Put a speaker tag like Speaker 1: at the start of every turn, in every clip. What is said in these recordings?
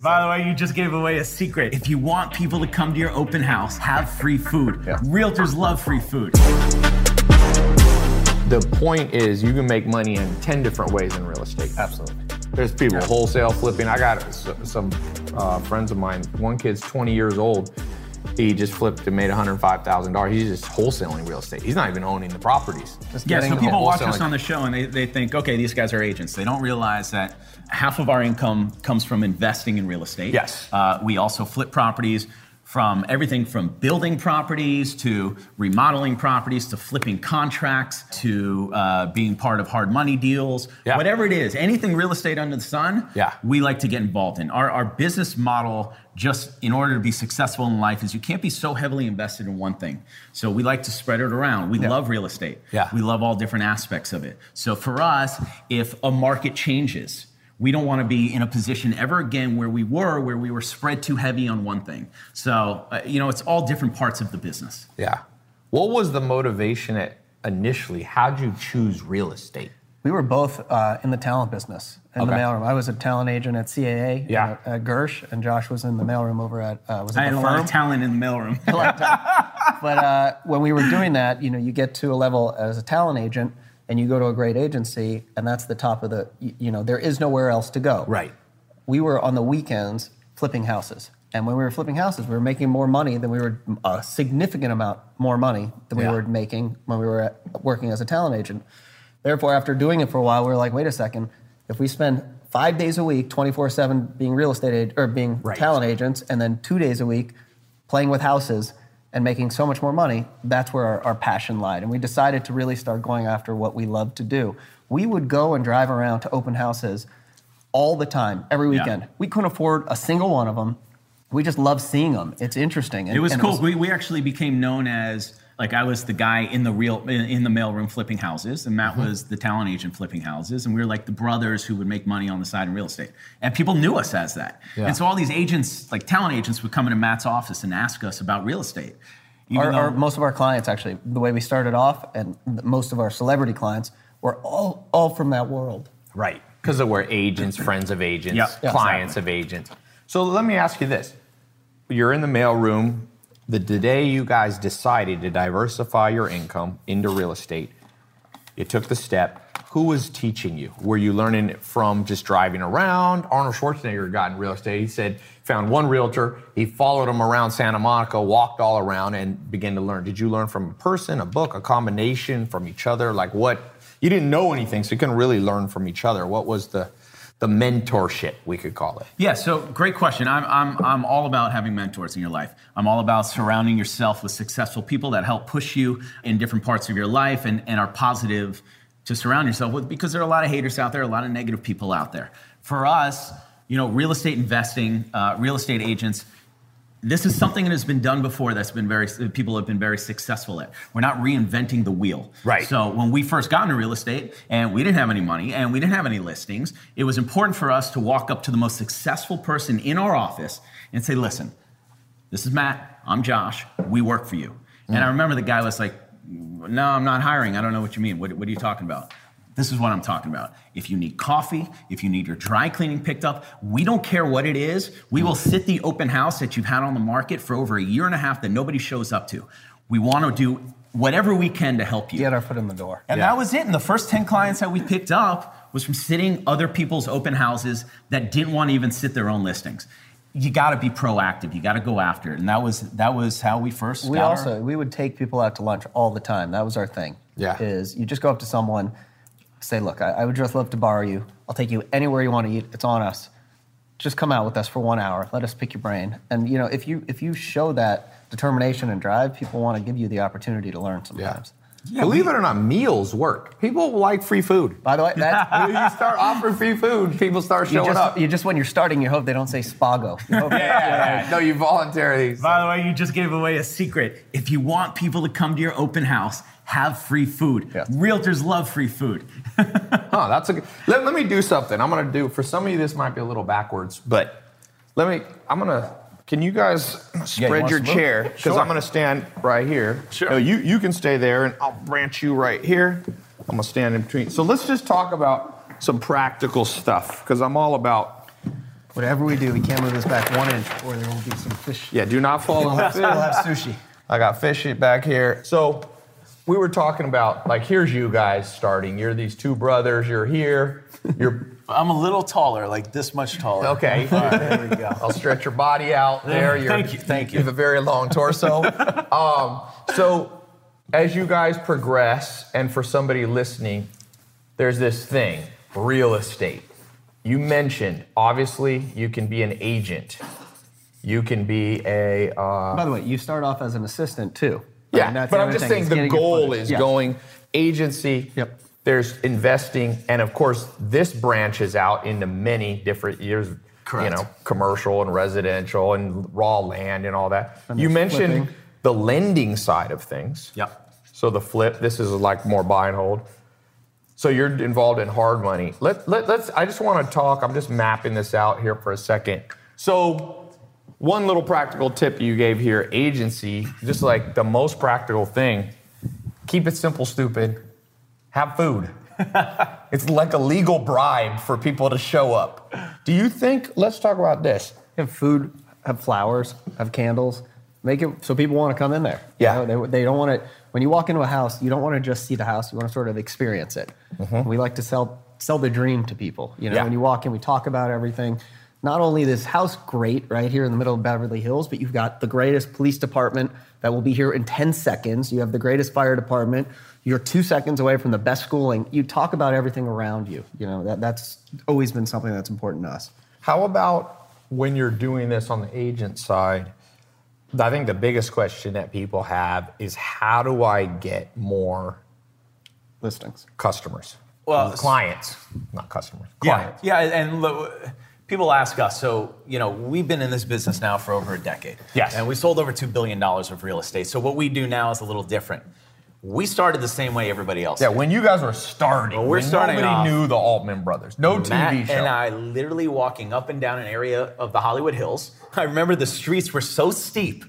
Speaker 1: By the way, you just gave away a secret. If you want people to come to your open house, have free food.
Speaker 2: Yeah.
Speaker 1: Realtors love free food.
Speaker 3: The point is, you can make money in 10 different ways in real estate.
Speaker 2: Absolutely.
Speaker 3: There's people wholesale flipping. I got s- some uh, friends of mine. One kid's 20 years old. He just flipped and made $105,000. He's just wholesaling real estate. He's not even owning the properties.
Speaker 2: Just
Speaker 1: Yeah,
Speaker 2: getting
Speaker 1: so
Speaker 2: the
Speaker 1: people
Speaker 3: whole
Speaker 1: watch
Speaker 3: selling.
Speaker 1: us on the show and they, they think, okay, these guys are agents. They don't realize that half of our income comes from investing in real estate.
Speaker 2: Yes.
Speaker 1: Uh, we also flip properties from everything from building properties to remodeling properties to flipping contracts to uh, being part of hard money deals.
Speaker 3: Yeah.
Speaker 1: Whatever it is, anything real estate under the sun,
Speaker 3: Yeah.
Speaker 1: we like to get involved in. Our, our business model, just in order to be successful in life, is you can't be so heavily invested in one thing. So we like to spread it around. We love real estate.
Speaker 3: Yeah.
Speaker 1: We love all different aspects of it. So for us, if a market changes, we don't want to be in a position ever again where we were, where we were spread too heavy on one thing. So, uh, you know, it's all different parts of the business.
Speaker 3: Yeah. What was the motivation at initially? How'd you choose real estate?
Speaker 2: We were both uh, in the talent business in the
Speaker 3: Okay.
Speaker 2: mailroom. I was a talent agent at CAA
Speaker 3: Yeah.
Speaker 2: at, at Gersh, and Josh was in the mailroom over at uh, was it
Speaker 1: I had
Speaker 2: the
Speaker 1: a
Speaker 2: firm?
Speaker 1: lot of talent in the mailroom.
Speaker 2: but uh, when we were doing that, you know, you get to a level as a talent agent, and you go to a great agency, and that's the top of the. You, you know, there is nowhere else to go. We were on the weekends flipping houses, and when we were flipping houses, we were making more money than we were a significant amount more money than
Speaker 3: Yeah.
Speaker 2: we were making when we were at, working as a talent agent. Therefore, after doing it for a while, we were like, wait a second, if we spend five days a week, 24/7, being real estate ag- or being
Speaker 3: Right.
Speaker 2: talent agents, and then two days a week playing with houses and making so much more money, that's where our, our passion lied. And we decided to really start going after what we love to do. We would go and drive around to open houses all the time, every
Speaker 1: Yeah.
Speaker 2: weekend. We couldn't afford a single one of them. We just love seeing them. It's interesting. And-
Speaker 1: It was
Speaker 2: and
Speaker 1: cool. we, we actually became known as like I was the guy in the real in, in the mailroom flipping houses, and Matt
Speaker 2: Mm-hmm.
Speaker 1: was the talent agent flipping houses, and we were like the brothers who would make money on the side in real estate, and people knew us as that.
Speaker 3: Yeah.
Speaker 1: And so all these agents, like talent agents, would come into Matt's office and ask us about real estate. Even
Speaker 2: our, our,
Speaker 1: though-
Speaker 2: most of our clients, actually, the way we started off, and th- most of our celebrity clients were all, all from that world.
Speaker 3: Right. Because there were agents, friends of agents,
Speaker 1: Yep. Yeah,
Speaker 3: clients of agents. So let me ask you this. You're in the mailroom. The, the day you guys decided to diversify your income into real estate, you took the step. Who was teaching you? Were you learning it from just driving around? Arnold Schwarzenegger got in real estate. He said, found one realtor. He followed him around Santa Monica, walked all around, and began to learn. Did you learn from a person, a book, a combination from each other? Like what? You didn't know anything, so you couldn't really learn from each other. What was the the mentorship we could call it?
Speaker 1: Yeah, so great question. I'm, I'm, I'm all about having mentors in your life. I'm all about surrounding yourself with successful people that help push you in different parts of your life and, and are positive to surround yourself with because there are a lot of haters out there, a lot of negative people out there. For us, you know, real estate investing, uh, real estate agents, this is something that has been done before that's been very that people have been very successful at we're not reinventing the wheel
Speaker 3: Right.
Speaker 1: so when we first got into real estate and we didn't have any money and we didn't have any listings it was important for us to walk up to the most successful person in our office and say listen this is matt i'm josh we work for you and i remember the guy was like no i'm not hiring i don't know what you mean what, what are you talking about this is what I'm talking about. If you need coffee, if you need your dry cleaning picked up, we don't care what it is. We will sit the open house that you've had on the market for over a year and a half that nobody shows up to. We want to do whatever we can to help you.
Speaker 2: Get our foot in the door.
Speaker 1: And that was it. And the first 10 clients that we picked up was from sitting other people's open houses that didn't want to even sit their own listings. You got to be proactive. You got to go after it. And that was that was how we first
Speaker 2: we
Speaker 1: got our-
Speaker 2: also we would take people out to lunch all the time that was our thing
Speaker 3: Yeah.
Speaker 2: is you just go up to someone say look I, I would just love to borrow you i'll take you anywhere you want to eat it's on us just come out with us for one hour let us pick your brain and you know if you if you show that determination and drive people want to give you the opportunity to learn sometimes
Speaker 3: Believe it or not, meals work. People like free food.
Speaker 2: by the way that
Speaker 3: you start offering free food, people start
Speaker 2: you
Speaker 3: showing
Speaker 2: just,
Speaker 3: up.
Speaker 2: you just when you're starting you hope they don't say spago You hope-
Speaker 3: No, you voluntarily.
Speaker 1: By the way, you just gave away a secret. If you want people to come to your open house, have free food.
Speaker 2: Yeah.
Speaker 1: Realtors love free food.
Speaker 3: Huh, that's a good. Let, let me do something. I'm gonna do for some of you this might be a little backwards, but let me I'm gonna can you guys
Speaker 1: you
Speaker 3: spread
Speaker 1: want
Speaker 3: your
Speaker 1: some room?
Speaker 3: chair? Because
Speaker 1: Sure.
Speaker 3: I'm gonna stand right here. Sure. you you can stay there and I'll branch you right here. I'm gonna stand in between. So let's just talk about some practical stuff, because I'm all about
Speaker 2: Whatever we do, we can't move this back one inch, or there will be some fish.
Speaker 3: Yeah, do not fall in
Speaker 2: We'll have sushi.
Speaker 3: I got fish it back here. So we were talking about like here's you guys starting. You're these two brothers. You're here. You're
Speaker 1: I'm a little taller, like this much taller.
Speaker 3: okay.
Speaker 1: There we go.
Speaker 3: I'll stretch your body out there. You're,
Speaker 1: Thank you, thank
Speaker 3: You have a very long torso. um, so as you guys progress, and for somebody listening, there's this thing, real estate. You mentioned obviously you can be an agent. You can be a uh,
Speaker 2: By the way, you start off as an assistant too. I mean,
Speaker 3: Yeah,
Speaker 2: that's
Speaker 3: but I'm
Speaker 2: other
Speaker 3: just
Speaker 2: thing,
Speaker 3: saying
Speaker 2: is
Speaker 3: the
Speaker 2: getting your
Speaker 3: goal
Speaker 2: footage.
Speaker 3: is
Speaker 2: Yeah.
Speaker 3: going agency.
Speaker 2: Yep.
Speaker 3: There's investing, and of course, this branches out into many different years.
Speaker 1: Correct.
Speaker 3: You know, commercial and residential and raw land and all that. you
Speaker 2: there's
Speaker 3: mentioned
Speaker 2: flipping.
Speaker 3: the lending side of things.
Speaker 1: Yep.
Speaker 3: So the flip, this is like more buy and hold. So you're involved in hard money. Let, let, let's, I just want to talk, I'm just mapping this out here for a second. So, one little practical tip you gave here agency, just like the most practical thing, keep it simple, stupid, have food. it's like a legal bribe for people to show up. Do you think, let's talk about this.
Speaker 2: Have food, have flowers, have candles. Make it so people want to come in there. You
Speaker 3: Yeah.
Speaker 2: know, they, they don't want to. When you walk into a house, you don't want to just see the house. You want to sort of experience it. We like to sell sell the dream to people. You know,
Speaker 3: Mm-hmm. Yeah.
Speaker 2: when you walk in, we talk about everything. Not only this house great right here in the middle of Beverly Hills, but you've got the greatest police department that will be here in 10 seconds. You have the greatest fire department. You're two seconds away from the best schooling. You talk about everything around you. You know, that, that's always been something that's important to us.
Speaker 3: How about when you're doing this on the agent side? I think the biggest question that people have is how do I get more
Speaker 2: Listings.
Speaker 3: customers?
Speaker 1: Well,
Speaker 3: clients, not customers.
Speaker 1: Yeah,
Speaker 3: Clients.
Speaker 1: yeah, and lo- people ask us. So you know, we've been in this business now for over a decade.
Speaker 3: Yes.
Speaker 1: and we sold over two billion dollars of real estate. So what we do now is a little different. We started the same way everybody else.
Speaker 3: Yeah, when you guys were starting,
Speaker 1: Well, we're
Speaker 3: when
Speaker 1: starting
Speaker 3: nobody
Speaker 1: off-
Speaker 3: knew the Altman brothers. No TV
Speaker 1: Matt
Speaker 3: show.
Speaker 1: and I literally walking up and down an area of the Hollywood Hills. I remember the streets were so steep.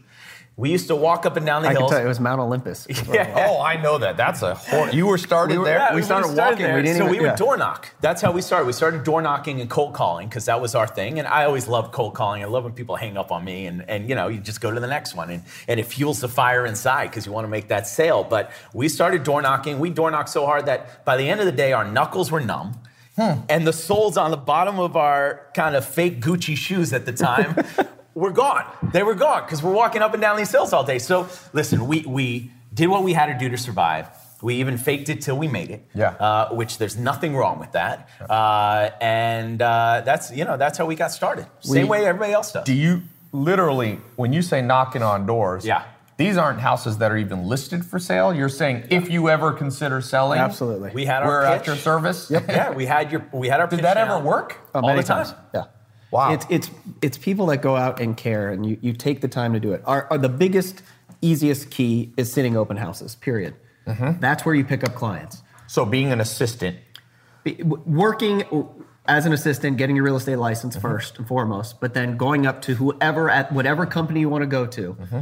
Speaker 1: We used to walk up and down the
Speaker 2: I can
Speaker 1: hills.
Speaker 2: tell you, it was Mount Olympus.
Speaker 3: Oh, I know that. That's a horror. You were started
Speaker 2: We were-
Speaker 3: there.
Speaker 1: Yeah,
Speaker 2: we started walking,
Speaker 1: there.
Speaker 2: we didn't
Speaker 1: so
Speaker 2: even-
Speaker 1: we would
Speaker 2: yeah.
Speaker 1: door knock. That's how we started. We started door knocking and cold calling because that was our thing. And I always love cold calling. I love when people hang up on me and, and you know, you just go to the next one and, and it fuels the fire inside because you want to make that sale. But we started door knocking. We door knocked so hard that by the end of the day, our knuckles were numb. And the soles on the bottom of our kind of fake Gucci shoes at the time were gone. They were gone because we're walking up and down these hills all day. So listen, we, we did what we had to do to survive. We even faked it till we made it
Speaker 3: Yeah.
Speaker 1: uh, which there's nothing wrong with that. Uh, and uh, that's you know that's how we got started. Same way everybody else does.
Speaker 3: Do you literally, when you say knocking on doors?
Speaker 1: Yeah.
Speaker 3: These aren't houses that are even listed for sale. You're saying if you ever consider selling,
Speaker 2: Absolutely.
Speaker 1: we had our
Speaker 3: we're
Speaker 1: pitch.
Speaker 3: at your service.
Speaker 1: yeah, we had your we had our.
Speaker 3: Did
Speaker 1: pitch
Speaker 3: that
Speaker 1: down.
Speaker 3: ever work?
Speaker 2: Oh,
Speaker 1: all
Speaker 2: many
Speaker 1: the time.
Speaker 2: times. Yeah.
Speaker 3: Wow.
Speaker 2: It's it's it's people that go out and care, and you, you take the time to do it. Are are the biggest, easiest key is sitting open houses. Period.
Speaker 1: Mm-hmm.
Speaker 2: That's where you pick up clients.
Speaker 3: So being an assistant.
Speaker 2: Be- w- Working as an assistant, getting your real estate license
Speaker 1: Mm-hmm.
Speaker 2: first and foremost, but then going up to whoever at whatever company you want to go to.
Speaker 1: Mm-hmm.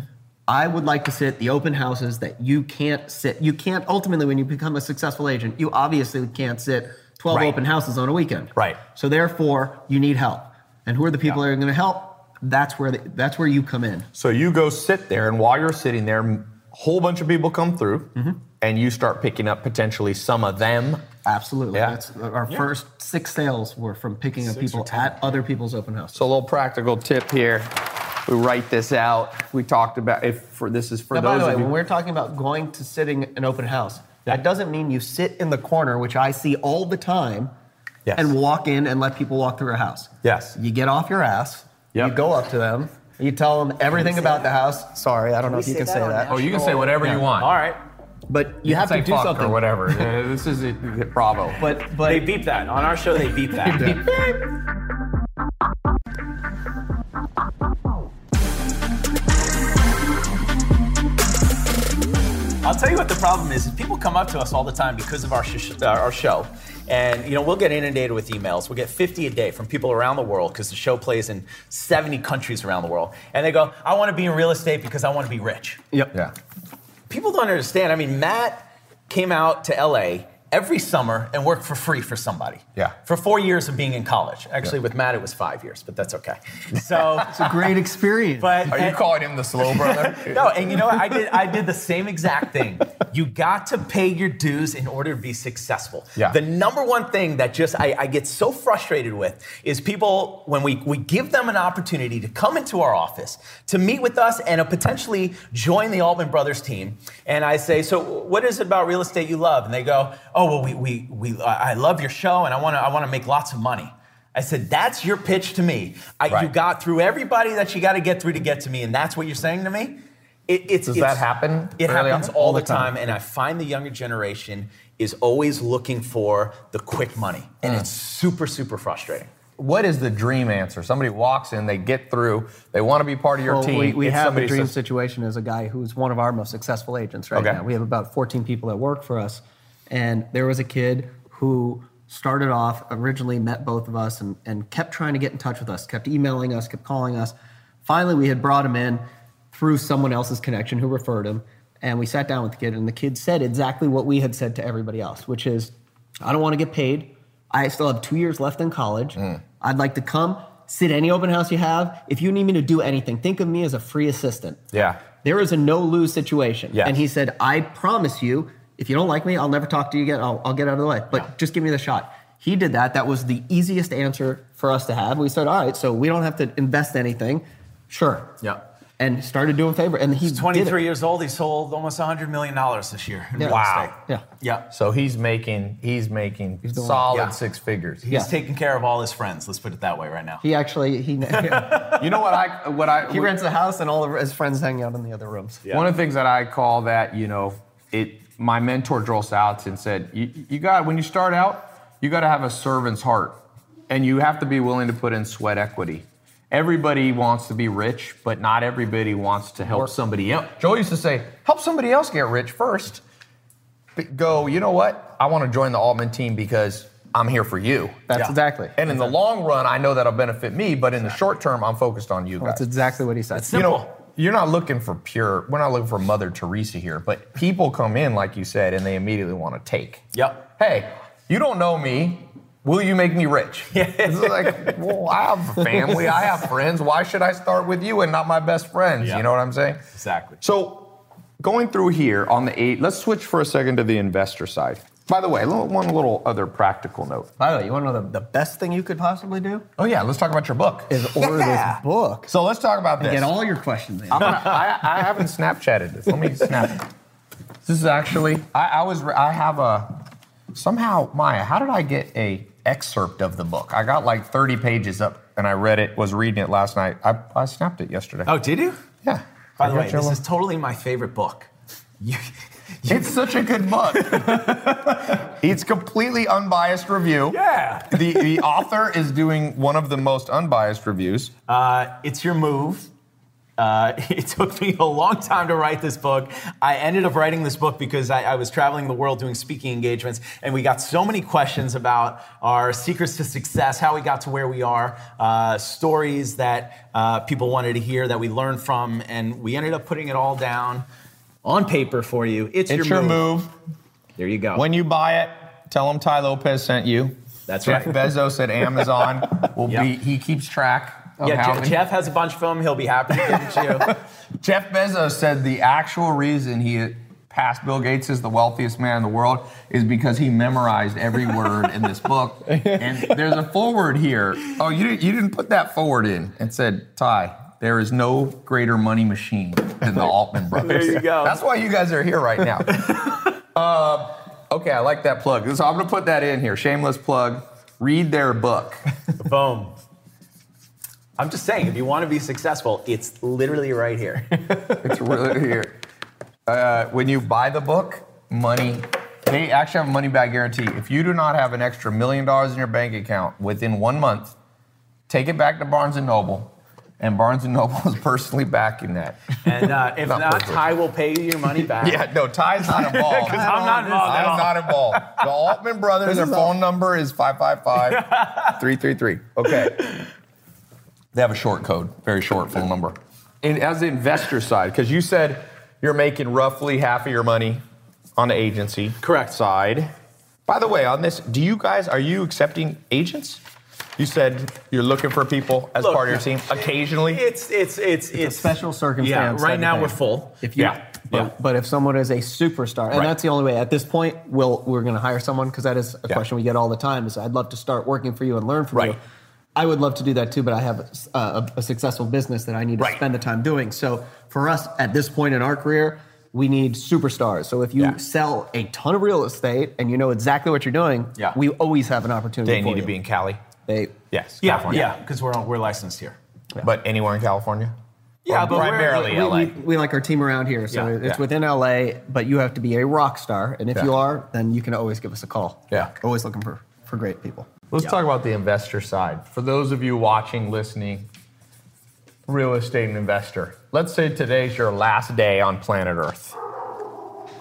Speaker 2: I would like to sit the open houses that you can't sit. You can't ultimately, when you become a successful agent, you obviously can't sit 12
Speaker 3: Right.
Speaker 2: open houses on a weekend.
Speaker 3: Right.
Speaker 2: So therefore, you need help. And who are the people that are going to help? That's where the, that's where you come in.
Speaker 3: So you go sit there, and while you're sitting there, a whole bunch of people come through,
Speaker 2: Mm-hmm.
Speaker 3: and you start picking up potentially some of them.
Speaker 2: Absolutely.
Speaker 3: Yeah.
Speaker 2: That's uh, our first six sales were from picking up people at other people's open houses.
Speaker 3: So a little practical tip here. We write this out. We talked about if for this is for
Speaker 2: Now,
Speaker 3: those
Speaker 2: by the way,
Speaker 3: of you.
Speaker 2: when we're talking about going to sitting an open house, that doesn't mean you sit in the corner, which I see all the time,
Speaker 3: Yes.
Speaker 2: and walk in and let people walk through a house.
Speaker 3: Yes.
Speaker 2: You get off your ass.
Speaker 3: Yep.
Speaker 2: You go up to them. You tell them everything about the house. Sorry, I don't know if
Speaker 1: we
Speaker 2: you
Speaker 1: say
Speaker 2: can
Speaker 1: that
Speaker 2: say
Speaker 1: on
Speaker 2: that.
Speaker 1: national-
Speaker 3: Oh, you can say whatever you want.
Speaker 1: All right,
Speaker 2: But you, have to do something.
Speaker 3: whatever. Uh, this is it. Bravo.
Speaker 2: But but
Speaker 1: they beep that on our show. They beep that. I'll tell you what the problem is. is people come up to us all the time because of our sh- uh, our show, and you know we'll get inundated with emails. We'll get 50 a day from people around the world because the show plays in 70 countries around the world, and they go, "I want to be in real estate because I want to be rich."
Speaker 2: yep.
Speaker 3: yeah.
Speaker 1: People don't understand. I mean, Matt came out to LA every summer and work for free for somebody.
Speaker 3: Yeah.
Speaker 1: For four years of being in college. Actually, with Matt, it was five years, but that's okay. So,
Speaker 2: It's a great experience.
Speaker 1: but
Speaker 3: Are you calling him the slow brother?
Speaker 1: no, and you know what? I did I did the same exact thing. You got to pay your dues in order to be successful.
Speaker 3: Yeah.
Speaker 1: The number one thing that just I, I get so frustrated with is people when we, we give them an opportunity to come into our office to meet with us and to potentially join the Altman Brothers team. And I say, so what is it about real estate you love? And they go, oh well, we we, we I I love your show and I want to I want to make lots of money. I said, that's your pitch to me. I, You
Speaker 3: Right.
Speaker 1: got through everybody that you got to get through to get to me, and that's what you're saying to me. It, it's,
Speaker 3: Does
Speaker 1: it's-
Speaker 3: that happen
Speaker 1: It
Speaker 3: early
Speaker 1: happens
Speaker 3: on?
Speaker 1: all, the time, and I find the younger generation is always looking for the quick money, and it's
Speaker 3: Mm.
Speaker 1: super, super frustrating.
Speaker 3: what is the dream answer? Somebody walks in, they get through, they want to be part of your
Speaker 2: Well,
Speaker 3: team.
Speaker 2: we, we
Speaker 3: it's
Speaker 2: have a
Speaker 3: somebody
Speaker 2: dream
Speaker 3: says-
Speaker 2: situation as a guy who's one of our most successful agents right
Speaker 3: Okay.
Speaker 2: now. We have about 14 people that work for us. And there was a kid who started off, originally met both of us and, and kept trying to get in touch with us, kept emailing us, kept calling us. Finally, we had brought him in through someone else's connection who referred him. And we sat down with the kid, and the kid said exactly what we had said to everybody else, which is, I don't want to get paid. I still have two years left in college. I'd like to come, sit any open house you have. If you need me to do anything, think of me as a free assistant.
Speaker 3: yeah.
Speaker 2: There is a no lose situation.
Speaker 3: Yes.
Speaker 2: And he said, I promise you, if you don't like me, I'll never talk to you again. I'll, I'll get out of the way, but
Speaker 3: Yeah.
Speaker 2: just give me the shot. He did that. That was the easiest answer for us to have. We said, all right, so we don't have to invest anything. Sure.
Speaker 1: Yeah.
Speaker 2: And started doing favor. And he's
Speaker 1: 23 years old, he sold almost $100 million this year. in
Speaker 2: Yeah.
Speaker 1: real
Speaker 3: Wow.
Speaker 1: estate.
Speaker 2: Yeah.
Speaker 1: Yeah.
Speaker 3: So he's making he's making
Speaker 2: doing-
Speaker 3: solid
Speaker 1: Yeah.
Speaker 3: six figures.
Speaker 1: He's
Speaker 2: Yeah.
Speaker 1: taking care of all his friends. Let's put it that way right now.
Speaker 2: He actually he
Speaker 3: You know what I what I
Speaker 2: he rents a house and all of his friends hang out in the other rooms.
Speaker 1: Yeah.
Speaker 3: One of the things that I call that, you know, it. My mentor Joel Salatin said, "You, you got when you start out, you got to have a servant's heart, and you have to be willing to put in sweat equity. Everybody wants to be rich, but not everybody wants to help somebody else. Joel used to say, help somebody else get rich first. But go, you know what? I want to join the Altman team because I'm here for you.
Speaker 2: That's
Speaker 1: Yeah.
Speaker 2: exactly.
Speaker 3: And in the long run, I know that'll benefit me, but in the short term, I'm focused on you guys.
Speaker 2: That's exactly what he said.
Speaker 3: You know,
Speaker 1: Simple.
Speaker 3: you're not looking for pure, we're not looking for Mother Teresa here, but people come in, like you said, and they immediately want to take.
Speaker 1: Yep.
Speaker 3: Hey, you don't know me. Will you make me rich? It's like, well, I have a family, I have friends. Why should I start with you and not my best friends?
Speaker 1: Yeah.
Speaker 3: You know what I'm saying?
Speaker 1: Exactly.
Speaker 3: So, going through here on the eight, let's switch for a second to the investor side. By the way, a little- one little other practical note.
Speaker 2: By the way, you want to know the, the best thing you could possibly do?
Speaker 3: Oh yeah, let's talk about your book.
Speaker 2: Is order this book.
Speaker 3: So let's talk about this.
Speaker 2: Get all your questions in.
Speaker 3: I'm gonna, I, I haven't Snapchatted this. Let me snap. it. This is actually. I, I was. re- I have a. Somehow, Maya, how did I get a excerpt of the book? I got like 30 pages up, and I read it. Was reading it last night. I, I snapped it yesterday.
Speaker 1: Oh, did you?
Speaker 3: yeah.
Speaker 1: By the
Speaker 3: I
Speaker 1: way,
Speaker 3: got your
Speaker 1: this is
Speaker 3: little-
Speaker 1: totally my favorite book. You,
Speaker 3: it's such a good book. it's completely unbiased review.
Speaker 1: Yeah.
Speaker 3: The the author is doing one of the most unbiased reviews.
Speaker 1: Uh, it's your move. Uh, it took me a long time to write this book. I ended up writing this book because I, I was traveling the world doing speaking engagements, and we got so many questions about our secrets to success, how we got to where we are, uh, stories that uh, people wanted to hear that we learned from, and we ended up putting it all down on paper for you. It's,
Speaker 3: It's your move.
Speaker 1: There you go.
Speaker 3: When you buy it, tell them Ty Lopez sent you.
Speaker 1: That's
Speaker 3: Jeff
Speaker 1: right.
Speaker 3: Bezos at Amazon will
Speaker 1: Yeah.
Speaker 3: be. He keeps track. Of
Speaker 1: yeah,
Speaker 3: how
Speaker 1: Je-
Speaker 3: many-
Speaker 1: Jeff has a bunch of them. He'll be happy to give it to you.
Speaker 3: Jeff Bezos said the actual reason he passed Bill Gates as the wealthiest man in the world is because he memorized every word in this book. And there's a forward here. Oh, you didn't, you didn't put that forward in and said, Ty. There is no greater money machine than the Altman brothers.
Speaker 1: There you go.
Speaker 3: That's why you guys are here right now. uh, okay, I like that plug. So I'm going to put that in here. Shameless plug. Read their book.
Speaker 1: Boom. I'm just saying, if you want to be successful, it's literally right here.
Speaker 3: It's really here. Uh, when you buy the book, money. They actually have a money back guarantee. If you do not have an extra million dollars in your bank account within one month, take it back to Barnes and Noble, and Barnes and Noble is personally backing that.
Speaker 1: And uh, if
Speaker 3: Not
Speaker 1: not,
Speaker 3: perfect.
Speaker 1: Ty will pay you your money back.
Speaker 3: Yeah, no, Ty's not involved.
Speaker 1: 'Cause I'm not involved at
Speaker 3: I'm
Speaker 1: all.
Speaker 3: not involved. The Altman brothers, their phone number is 555 333. Okay. They have a short code, very short phone number. And as the investor side, because you said you're making roughly half of your money on the agency
Speaker 1: Correct.
Speaker 3: side. By the way, on this, do you guys are you accepting agents? You said you're looking for people as
Speaker 1: Look,
Speaker 3: part of your team occasionally.
Speaker 1: It's it's it's it's,
Speaker 2: a special circumstance.
Speaker 1: Yeah, right
Speaker 2: type
Speaker 1: now
Speaker 2: of
Speaker 1: we're
Speaker 2: thing.
Speaker 1: full.
Speaker 2: If you,
Speaker 3: Yeah,
Speaker 2: But,
Speaker 3: yeah.
Speaker 2: but if someone is a superstar, and
Speaker 3: Right.
Speaker 2: that's the only way at this point, we'll, we're going to hire someone because that is a
Speaker 3: Yeah.
Speaker 2: question we get all the time is I'd love to start working for you and learn from
Speaker 3: Right.
Speaker 2: you. I would love to do that too, but I have a, a- a successful business that I need to
Speaker 3: Right.
Speaker 2: spend the time doing. So for us at this point in our career, we need superstars. So if you
Speaker 3: Yeah.
Speaker 2: sell a ton of real estate and you know exactly what you're doing,
Speaker 1: Yeah.
Speaker 2: we always have an opportunity.
Speaker 3: they
Speaker 2: for
Speaker 3: need to
Speaker 2: you.
Speaker 3: be in Cali.
Speaker 2: They,
Speaker 3: Yes,
Speaker 1: Yeah,
Speaker 3: California.
Speaker 1: yeah, because we're all, we're licensed here.
Speaker 3: But anywhere in California?
Speaker 1: Yeah,
Speaker 3: Or
Speaker 1: but we're-
Speaker 3: primarily
Speaker 1: we- we-
Speaker 3: LA.
Speaker 2: we, we like our team around here, so
Speaker 1: Yeah,
Speaker 2: it's
Speaker 3: yeah.
Speaker 2: within LA. But you have to be a rock star, and if
Speaker 3: Yeah.
Speaker 2: you are, then you can always give us a call.
Speaker 3: Yeah.
Speaker 2: always looking for for great people.
Speaker 3: Let's talk about the investor side. For those of you watching, listening, real estate investor, let's say today's your last day on planet Earth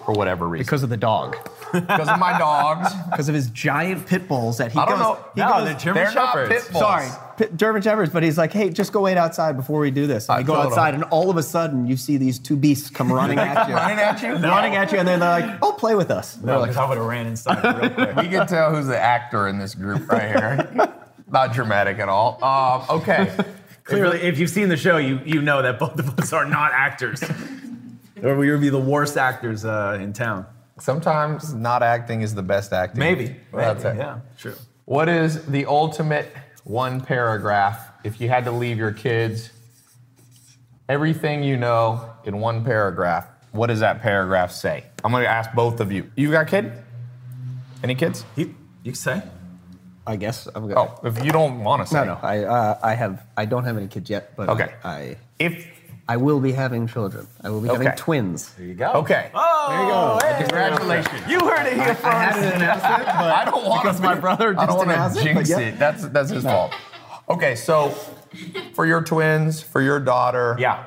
Speaker 3: for whatever reason.
Speaker 2: Because of the dog,
Speaker 3: Because of my dogs.
Speaker 2: because of his giant pit bulls that he
Speaker 3: I don't
Speaker 2: goes.
Speaker 3: know.
Speaker 2: He
Speaker 1: no,
Speaker 2: goes-
Speaker 1: they're German
Speaker 3: they're not
Speaker 1: Shepherds.
Speaker 3: pit bulls.
Speaker 2: sorry, pit, German shepherds. But he's like, hey, just go wait outside before we do this. And
Speaker 3: I
Speaker 2: I go
Speaker 3: told him.
Speaker 2: outside, and all of a sudden, you see these two beasts come running at you,
Speaker 3: Running at you?
Speaker 2: running at you, and then they're like, oh, play with us. And
Speaker 1: No,
Speaker 2: we're like,
Speaker 1: 'cause I would have ran inside real quick.
Speaker 3: We can tell who's the actor in this group right here. Not dramatic at all. Um, okay.
Speaker 1: Clearly, if you've seen the show, you you know that both of us are not actors, or we would be the worst actors uh, in town.
Speaker 3: Sometimes not acting is the best acting.
Speaker 1: Maybe,
Speaker 3: Well, that's
Speaker 1: maybe
Speaker 3: it.
Speaker 1: yeah, true.
Speaker 3: What is the ultimate one paragraph if you had to leave your kids everything you know in one paragraph? What does that paragraph say? I'm going to ask both of you. You got a kid? Any kids?
Speaker 1: You, you can say
Speaker 2: I guess I'm good.
Speaker 3: Oh, if you don't want to say.
Speaker 2: no, no, I uh, I have I don't have any kids yet, but
Speaker 3: Okay.
Speaker 2: I. I
Speaker 3: If
Speaker 2: I will be having children. I will be
Speaker 3: Okay.
Speaker 2: having twins.
Speaker 1: there you go.
Speaker 3: okay.
Speaker 1: Oh, there you go.
Speaker 3: Congratulations.
Speaker 1: You heard it here first.
Speaker 2: I had an announcement, but
Speaker 3: I don't want
Speaker 2: because
Speaker 3: to.
Speaker 2: my brother
Speaker 3: I
Speaker 2: just
Speaker 3: don't wanna
Speaker 2: announced it, but
Speaker 3: jinx
Speaker 2: yeah.
Speaker 3: it. That's that's his fault. Okay, so for your twins, for your daughter,
Speaker 1: yeah,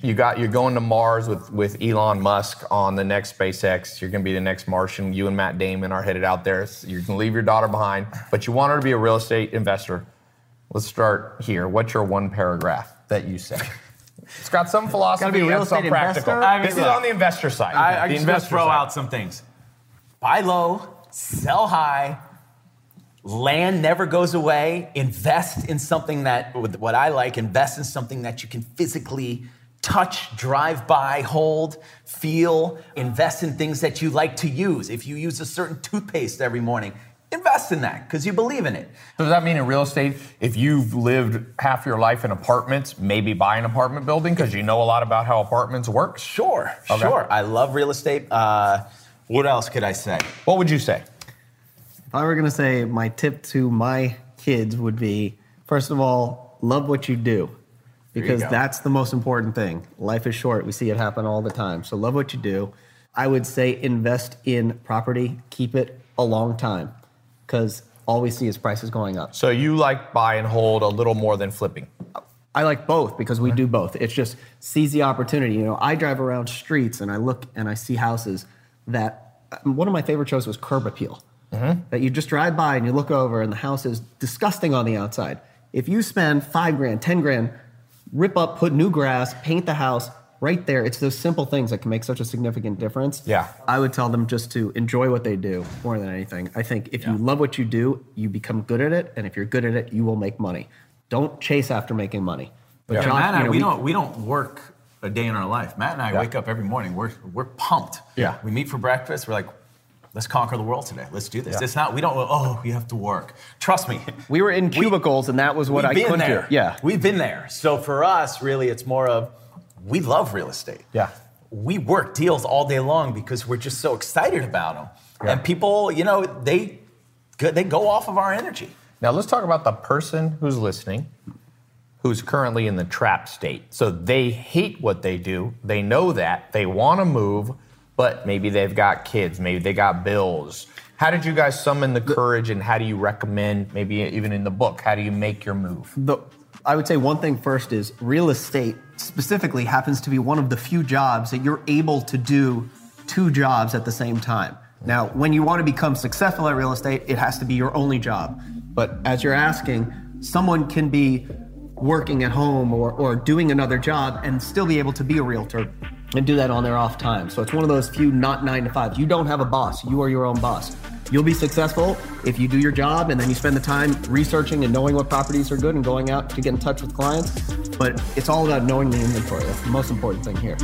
Speaker 3: you got you're going to Mars with with Elon Musk on the next SpaceX. You're going to be the next Martian. You and Matt Damon are headed out there. So you can leave your daughter behind, but you want her to be a real estate investor. Let's start here. What's your one paragraph that you say? It's got some philosophy
Speaker 2: be a real
Speaker 3: and some
Speaker 2: estate
Speaker 3: practical.
Speaker 2: investor? I
Speaker 1: mean,
Speaker 3: this is
Speaker 1: look,
Speaker 3: on the investor side.
Speaker 1: I, I
Speaker 3: the
Speaker 1: just gonna throw out some things. Buy low, sell high. Land never goes away. Invest in something that with what I like. Invest in something that you can physically touch, drive by, hold, feel. Invest in things that you like to use. If you use a certain toothpaste every morning, invest in that because you believe in it.
Speaker 3: So does that mean in real estate, if you've lived half your life in apartments, maybe buy an apartment building because you know a lot about how apartments work?
Speaker 1: Sure,
Speaker 3: Okay.
Speaker 1: sure. I love real estate. Uh, what else could I say?
Speaker 3: What would you say?
Speaker 2: If I were going to say my tip to my kids would be first of all, love what you do because
Speaker 1: go.
Speaker 2: that's the most important thing. Life is short. We see it happen all the time. So love what you do. I would say invest in property, keep it a long time because all we see is prices going up.
Speaker 3: So you like buy and hold a little more than flipping.
Speaker 2: I like both because we do both. It's just seize the opportunity. You know, I drive around streets and I look and I see houses that uh, one of my favorite shows was Curb Appeal. That you just drive by and you look over and the house is disgusting on the outside. If you spend five grand, ten grand, rip up, put new grass, paint the house right there. It's those simple things that can make such a significant difference.
Speaker 3: Yeah.
Speaker 2: I would tell them just to enjoy what they do more than anything. I think if you love what you do, you become good at it, and if you're good at it, you will make money. Don't chase after making money. But
Speaker 1: Yeah,
Speaker 2: Josh,
Speaker 1: Matt and I,
Speaker 2: you know,
Speaker 1: we, don't we don't work a day in our life. Matt and I
Speaker 3: Yeah.
Speaker 1: wake up every morning. We're we're pumped.
Speaker 3: Yeah.
Speaker 1: We meet for breakfast. We're like, let's conquer the world today. Let's do this.
Speaker 3: Yeah.
Speaker 1: It's not. We don't. Oh, we have to work. Trust me.
Speaker 2: we were in cubicles, and that was what I
Speaker 1: We've been
Speaker 2: couldn't
Speaker 1: there.
Speaker 2: do. Yeah,
Speaker 1: We've been there. So for us, really, it's more of we love real estate.
Speaker 3: Yeah.
Speaker 1: We work deals all day long because we're just so excited about them.
Speaker 3: Yeah.
Speaker 1: And people, you know, they go- they go off of our energy.
Speaker 3: Now let's talk about the person who's listening who's currently in the trap state. So they hate what they do. They know that. They want to move, but maybe they've got kids, maybe they got bills. How did you guys summon the courage and how do you recommend maybe even in the book, how do you make your move?
Speaker 2: the I would say one thing first is real estate specifically happens to be one of the few jobs that you're able to do two jobs at the same time. Now, when you want to become successful at real estate, it has to be your only job. But as you're asking, someone can be working at home or, or doing another job and still be able to be a realtor and do that on their off time. So it's one of those few not nine to five. You don't have a boss, you are your own boss. You'll be successful if you do your job and then you spend the time researching and knowing what properties are good and going out to get in touch with clients. But it's all about knowing the inventory. That's the most important thing here.